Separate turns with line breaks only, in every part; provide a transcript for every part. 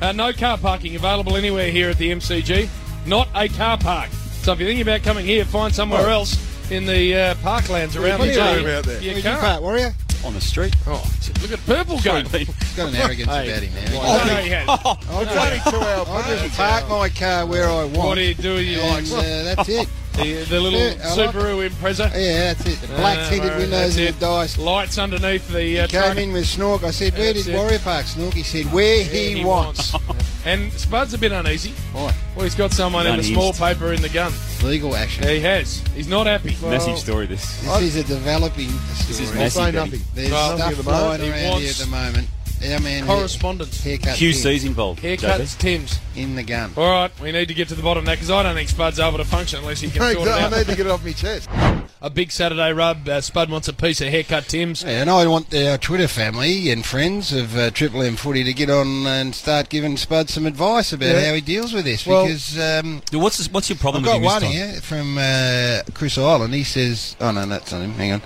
Uh, no car parking available anywhere here at the MCG. Not a car park. So if you're thinking about coming here, find somewhere
Well-
else in the uh, parklands around the
plenty of
day.
room out there.
You
Where'd
can't.
park, Warrior?
on the street.
Oh, look at Purple go.
He's got an arrogance
Hey.
about him now.
Oh, no, he has.
I'll just, I'll just park my car where I want.
What do you do you like?
and, uh, that's it.
The, the little
Yeah, I like
Subaru Impreza.
Yeah, that's it. The black tinted
Uh,
windows
that's
and
it.
the dice.
Lights underneath the uh,
Came
truck.
in with Snork. I said, where
That's
did
it.
Warrior park? Snork, he said, where he,
He
wants.
And Spud's a bit uneasy.
Why?
Well, he's got someone in a
Uneased.
small paper in the gun.
Legal action.
Yeah, he has. He's not happy.
Messy story. This.
This is a developing story.
This is
I'll
messy.
say
baby.
nothing.
There's
Well,
stuff
at the moment,
flying
he
around here at
wants
the moment. Our man here-
Correspondence.
haircut
QC's involved.
Haircuts, Tim's.
in the gun.
All right, we need to get to the bottom of that because I don't think Spud's able to function unless he can sort it
I
out.
need to get it off my chest.
A big Saturday rub. Uh, Spud wants a piece of haircut, Tim's.
Yeah, and I want our Twitter family and friends of uh, Triple M Footy to get on and start giving Spud some advice about
Yeah.
how he deals with this
Well-
because um,
Dude, What's this, what's your problem
I've
with
got
him this
one
time?
here from uh, Chris Island. He says, "Oh no, that's not him. Hang on."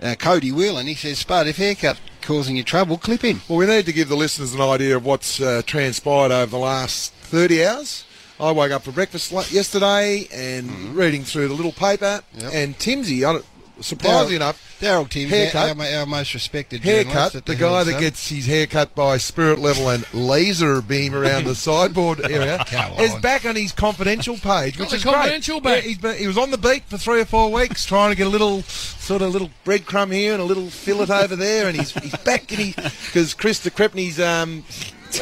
Uh, Cody Whelan. He says, "Spud, if haircut's causing you trouble, clip him."
Well, we need to give the listeners an idea of what's uh, transpired over the last 30 hours. I woke up for breakfast la- yesterday and reading through the little paper,
Yep.
and Timsy, I don't- surprisingly enough,
Daryl Timms,
Haircut.
Our, our, our most respected journalist
haircut,
at
the guy
Herald
that
Sun.
gets his haircut by spirit level and laser beam around the sideboard area,
Come
is
on.
back on his confidential page, which
the
is
confidential
great.
back.
Yeah, he's been, he was on the beat for three or four weeks trying to get a little sort of little breadcrumb here and a little fillet over there, and he's, he's back in because Chris de Crepney's um,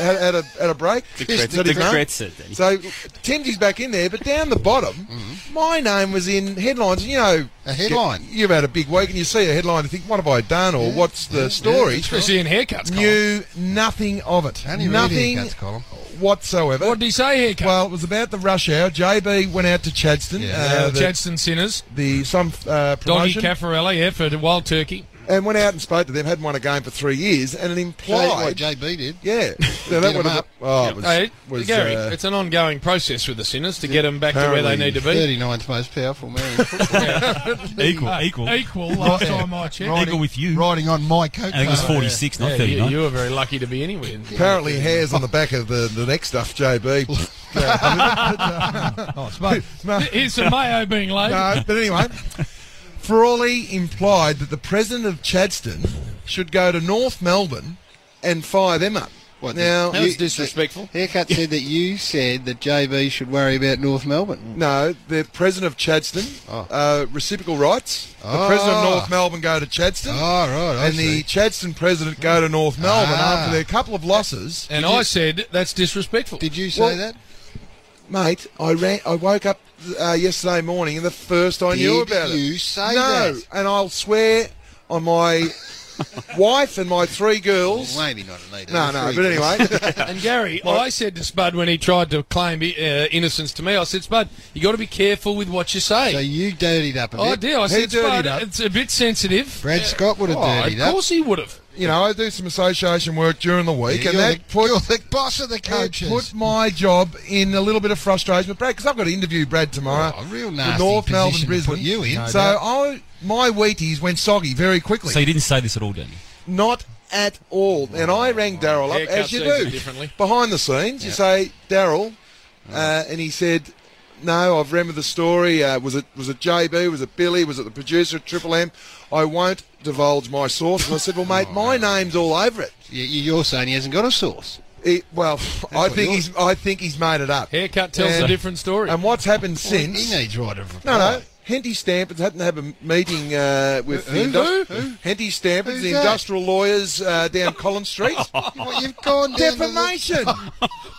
had, had, a, had a break.
Chris
That's
de
his name.
Crepney. Danny.
So Timsy's back in there, but down the bottom, my name was in headlines. You know,
A headline.
You've had a big week, and you see a headline and think, "What have I done?" or "What's the story?"
Especially in haircuts. Colin.
Knew nothing of it.
Only read
nothing
haircuts, Colin.
whatsoever.
What did he say, haircut?
well, it was about the rush hour. JB went out to Chadston.
Yeah.
uh, the,
Chadston Sinners,
the some uh,
Doggy
promotion,
Caffarelli, yeah, for the Wild Turkey.
and went out and spoke to them. Hadn't won a game for three years, and it implied,
Like what JB did.
yeah,
Get
so that
'em
would have.
up.
Oh, it was,
Hey,
was,
Gary,
uh,
it's an ongoing process with the Sinners to get them back to where they
apparently
need to be.
39th most powerful man. in football.
Equal,
Uh,
equal,
Equal, last time I checked.
equal with you.
Riding on my coat.
I think it was
tail.
forty-six,
Yeah,
not
you,
thirty-nine.
you were very lucky to be anywhere.
Apparently, hairs on the back of the, the next stuff, JB.
Oh, Spud.
no,
Here's some mayo being laid.
no, but anyway, Frawley implied that the president of Chadston should go to North Melbourne and fire them up.
What,
now,
the-
That was
You-
disrespectful.
Haircut said that you said that JB should worry about North Melbourne.
no, the president of Chadston,
Oh.
uh, reciprocal rights. The
Ah.
president of North Melbourne go to Chadston,
Oh, right. I
and the
see.
Chadston president go to North Melbourne
Ah.
after their couple of losses.
And I said, that's disrespectful.
Did you say
Well,
that?
Mate, I ran. I woke up uh, yesterday morning, and the first I knew
Did
about it.
you say
no,
that?
and I'll swear on my wife and my three girls.
Well, maybe not. Anita.
no, no, but anyway,
And Gary, I said to Spud when he tried to claim uh, innocence to me, I said, Spud, you got to be careful with what you say. Oh,
So you dirtied up a
I
bit.
did. I said,
dirtied
Spud,
up."
it's a bit sensitive.
Brad Scott would have
Oh,
dirtied
of
up.
course he would have.
you know, I do some association work during the week,
You're,
and
the,
that put
you're the boss of the
it
coaches.
put my job in a little bit of frustration with Brad because I've got to interview Brad tomorrow.
Oh, a real
for
nasty
North Melbourne,
position to
Brisbane.
put you in, no
so
doubt.
I, my Wheaties went soggy very quickly.
So you didn't say this at all, Danny.
Not at all. And I rang Daryl up,
Haircut
as you
sees
do.
it differently.
Behind the scenes, you say, Daryl, uh, and he said, no, I've remembered the story. Uh, was it was it JB? Was it Billy? Was it the producer at Triple M? I won't divulge my source. And I said, well,
Oh,
mate, my name's all over it.
You- You're saying he hasn't got a source.
He- well, I
what
think
yours-
he's I think he's made it up.
Haircut tells
And-
a different story.
And what's happened
He Oh.
since?
needs right of
No, no.
reply.
Henty Stampers hadn't had a meeting uh, with
Who?
the industri-
Who? Who?
Henty Stampers,
Who's
the
that?
industrial lawyers uh, down Collins Street.
Well, you've gone down to the-
Defamation.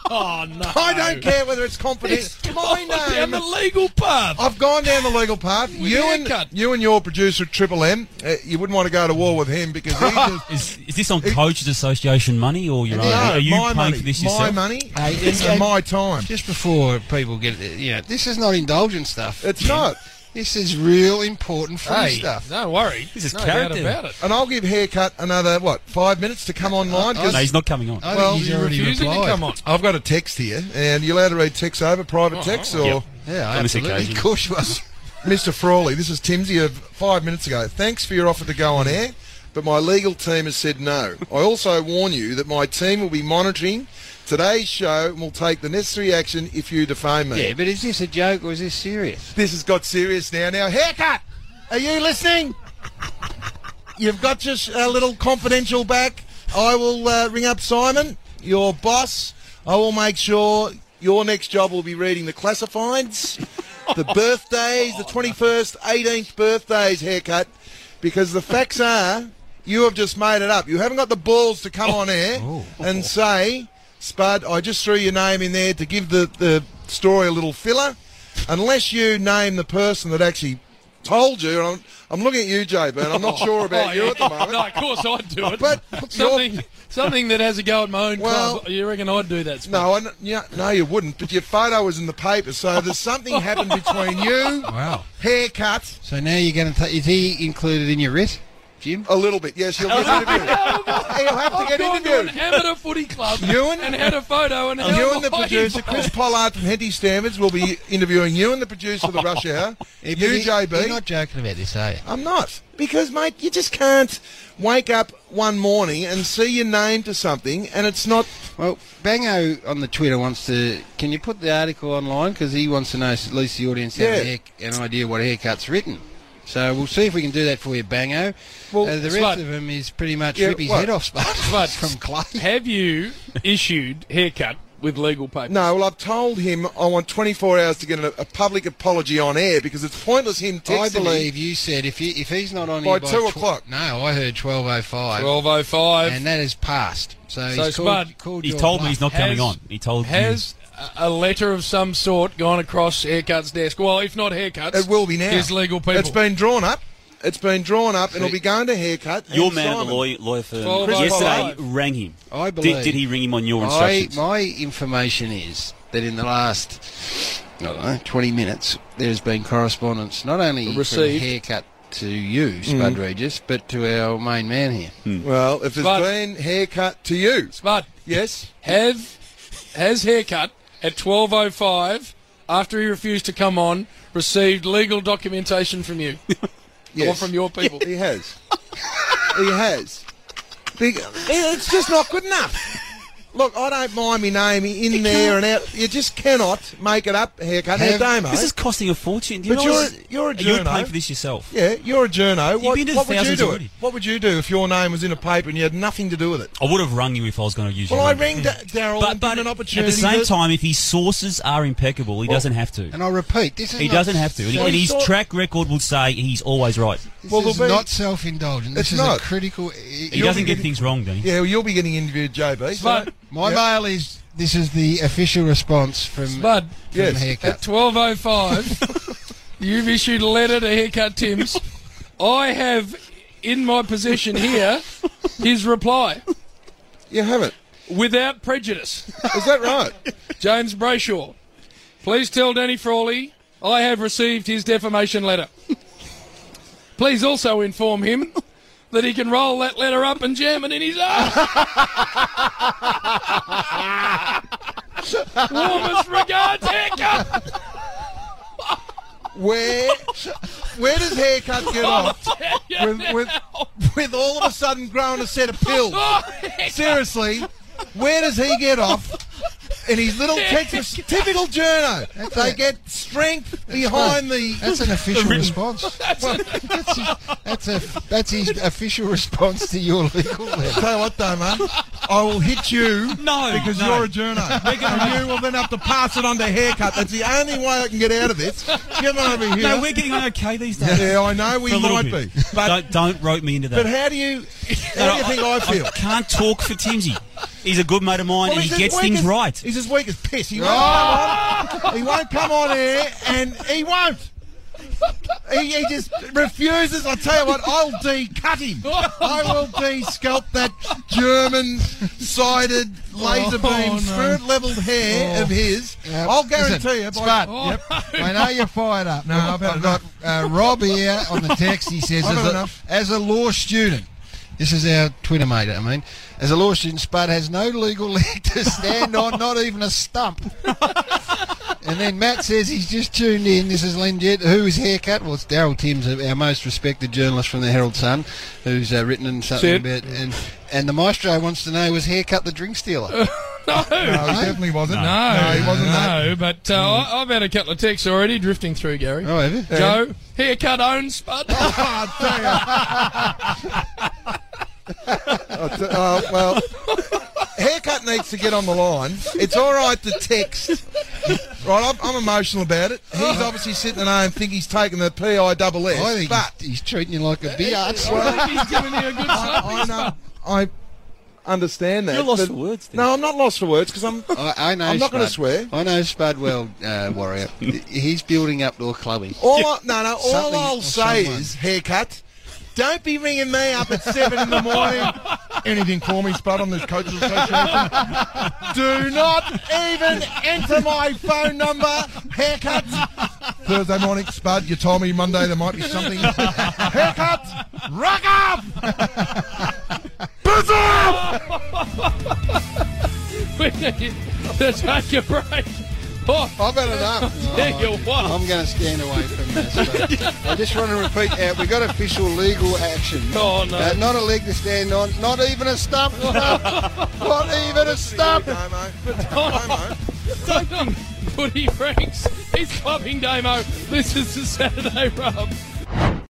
oh, no.
I don't care whether it's confidential.
It's
My
gone down
name.
the legal path.
I've gone down the legal path. You and
haircut.
you and your producer at Triple M. Uh, you wouldn't want to go to war with him because he just.
Is, is this on coaches' association money or your own? Are you
my
paying
money.
for this
my
yourself?
money.
Hey,
It's
and-
my time.
Just before people get, you know, this is not indulgent stuff.
It's not.
This is real important free
Hey,
stuff.
don't worry.
This is
no
character.
doubt about it.
And I'll give haircut another what five minutes to come online. 'cause-
No, he's not coming on.
I
well,
think he's
you're
already
refusing to
replied.
come on.
I've got a text here, and you're allowed to read text over private text or.
Yep.
Yeah,
On this
absolutely.
occasion.
Of course you are.
Mr. Frawley, this is Timsy of five minutes ago. Thanks for your offer to go on air, but my legal team has said no. I also warn you that my team will be monitoring today's show and will take the necessary action if you defame me.
Yeah, but is this a joke or is this serious?
This has got serious now. Now, haircut, are you listening? You've got your sh- uh, little confidential back. I will uh, ring up Simon, your boss. I will make sure your next job will be reading the classifieds, the birthdays, the 21st, 18th birthdays haircut, because the facts are you have just made it up. You haven't got the balls to come on air
Oh.
and say, Spud, I just threw your name in there to give the, the story a little filler. Unless you name the person that actually told you, and I'm, I'm looking at you, JB, and I'm not sure about you at the moment.
Oh. no, of course I'd do it.
But
something, something that has a go at my own
Well-
club. You reckon I'd do that? Spud?
No, I, kn- yeah, no, you wouldn't. But your photo was in the paper, so there's something happened between you,
Wow.
haircut,
So now you're going to take. Is he included in your writ, Jim?
a little bit. Yes, you'll get interviewed. You'll have to
I've
get
gone to an
interviewed.
amateur footy club
You and-
and had a photo and
You
held
and the
my
producer,
invite.
Chris Pollard from Henty Standards, will be interviewing you and the producer of the Rush Hour. You, JB.
You're not joking about this, are you?
I'm not. Because, mate, you just can't wake up one morning and see your name to something and it's not.
Well, Bango on the Twitter wants to. Can you put the article online because he wants to know at least the audience have
Yeah.
a hair- an idea what a haircut's written. So we'll see if we can do that for you, Bango.
Well,
Uh, the rest
Spud.
of them is pretty much
Yeah,
rip his
what?
head off, Spud,
Spud.
from Clay.
Have you issued haircut with legal paper?
No, well, I've told him I want 24 hours to get a, a public apology on air because it's pointless him texting
I
me.
believe you said if he, if he's not on
By
here
two
tw-
o'clock.
No, I heard twelve oh five,
Twelve oh five.
and that has passed. So,
So,
he's called,
Spud,
called
He's
your
told me
bluff.
he's not
Has-
coming on. He told
Has a- a letter of some sort gone across haircuts desk? Well, if not haircuts,
It will be now.
His legal people.
It's been drawn up. It's been drawn up, and it'll be going to haircut. and
you. Your man at
Simon.
the lawyer, lawyer firm
Twelve
oh
yesterday
five.
rang him.
I
Did,
believe-
did he ring him on your
I,
instructions?
my information is that in the last, I don't know, 20 minutes, there's been correspondence not only
Received.
from haircut to you, Spud Regis, but to our main man here.
Well, if there's
But-
been haircut to you,
but
yes,
have has haircut at twelve oh five after he refused to come on received legal documentation from you or
yes,
from your people.
he has, he has. Big, it's just not good enough. Look, I don't mind me name in there and out. You just cannot make it up. Haircut, now,
Have-
Damo.
This is costing a fortune. Do you
But
know
you're
this-
a- you're a
You're
journo.
paying for this yourself.
yeah, you're a journo. What,
been to
what would you
thousands
do?
already.
What would you do if your name was in a paper and you had nothing to do with it?
I would have rung you if I was going to use
Well,
your
I
number.
rang D- Daryl and given an
at
opportunity.
the same
to-
time, if his sources are impeccable, he doesn't have to.
And I repeat, this is
He
not,
doesn't have to. And,
So
and
he
his
thought-
track record will say he's always right.
This
Well,
is
there'll be-
not self-indulgent. This
It's
is
not.
a critical.
He doesn't get things wrong, then.
Yeah, well, you'll be getting interviewed, JB. so-
But
My
Yep.
mail is this is the official response from, from
Spud,
Yes.
at
haircut.
12.05, you've issued a letter to Haircut Tim's. I have in my possession here his reply.
You haven't.
Without prejudice,
Is that right?
James Brayshaw. Please tell Danny Frawley I have received his defamation letter. Please also inform him that he can roll that letter up and jam it in his ass. Warmest regards, haircut.
Where where does haircut
Oh,
get off with, with, with all of a sudden growing a set of pills? Seriously, where does he get off? In his little Texas typical journo, they
it.
get strength behind the.
That's an official response. That's, that's, a, that's his official response to your legal letter.
Tell you what, though, man, I will hit you
No,
because
no.
you're a journo. and you will then have to pass it on to haircut. That's the only way I can get out of this. Get on over here.
No, we're getting on okay these days.
Yeah, I know we
For a little
might
bit.
be, but
don't, don't rope me into that.
but how do you how do you think I feel?
Can't talk for Timsy. He's a good mate of mine
Well,
and
he's
he
as
gets
weak
things
as-
right.
He's as weak as piss. He won't, come on, he won't come on here, and he won't. He, he just refuses. I tell you what, I'll de cut him. I will de scalp that German sided laser beam
Oh, no.
spirit leveled hair of his.
Yeah,
I'll guarantee
listen,
you. By, Oh.
Spud,
Yep.
I know you're fired up.
No, I've had
got uh, Rob here on the text. He says,
I've
as
had
a,
enough.
as a law student, this is our Twitter mate, I mean, as a law student, Spud has no legal leg to stand on, not even a stump. And then Matt says he's just tuned in. This is Len Jett. Who is haircut? Well, it's Daryl Timms, our most respected journalist from the Herald Sun, who's uh, written in something
Sid.
about. And, and the maestro wants to know was haircut the drink stealer?
No.
No, he definitely wasn't.
No,
he wasn't. that. Mm.
No, but uh, I, I've had a couple of texts already drifting through, Gary.
oh, have you?
Joe, haircut owns Spud.
Uh, well, haircut needs to get on the line. It's all right to text. Right, I'm, I'm emotional about it. He's obviously sitting at home think he's taking the PI double
I
S,
think
but
Oh, he's, he's treating you like a biatch.
I think he's giving you a good
I, I
slap.
know. I understand that.
You're lost
but-
for words, then.
No, I'm not lost for words because I'm.
I, I know.
I'm not gonna
Spud.
swear.
I know Spud well, uh, Warrior. he's building outdoor clubbing.
All I, no, no. All
Something
I'll
or
say
someone.
is haircut. Don't be ringing me up at seven in the morning.
Anything for me, Spud, on this coaches association.
Do not even enter my phone number. Haircut.
Thursday morning, Spud, you told me Monday there might be something. Haircut! Rock up!
We need to take a break. Oh,
I've had enough.
there you are.
I'm going to stand away from this. but I just want to repeat uh, we got official legal action.
Oh, no.
Uh, not a leg to stand on, not even a stump. not even a stump.
Domo.
Putty Franks. He's clubbing Damo. This is the Saturday Rub.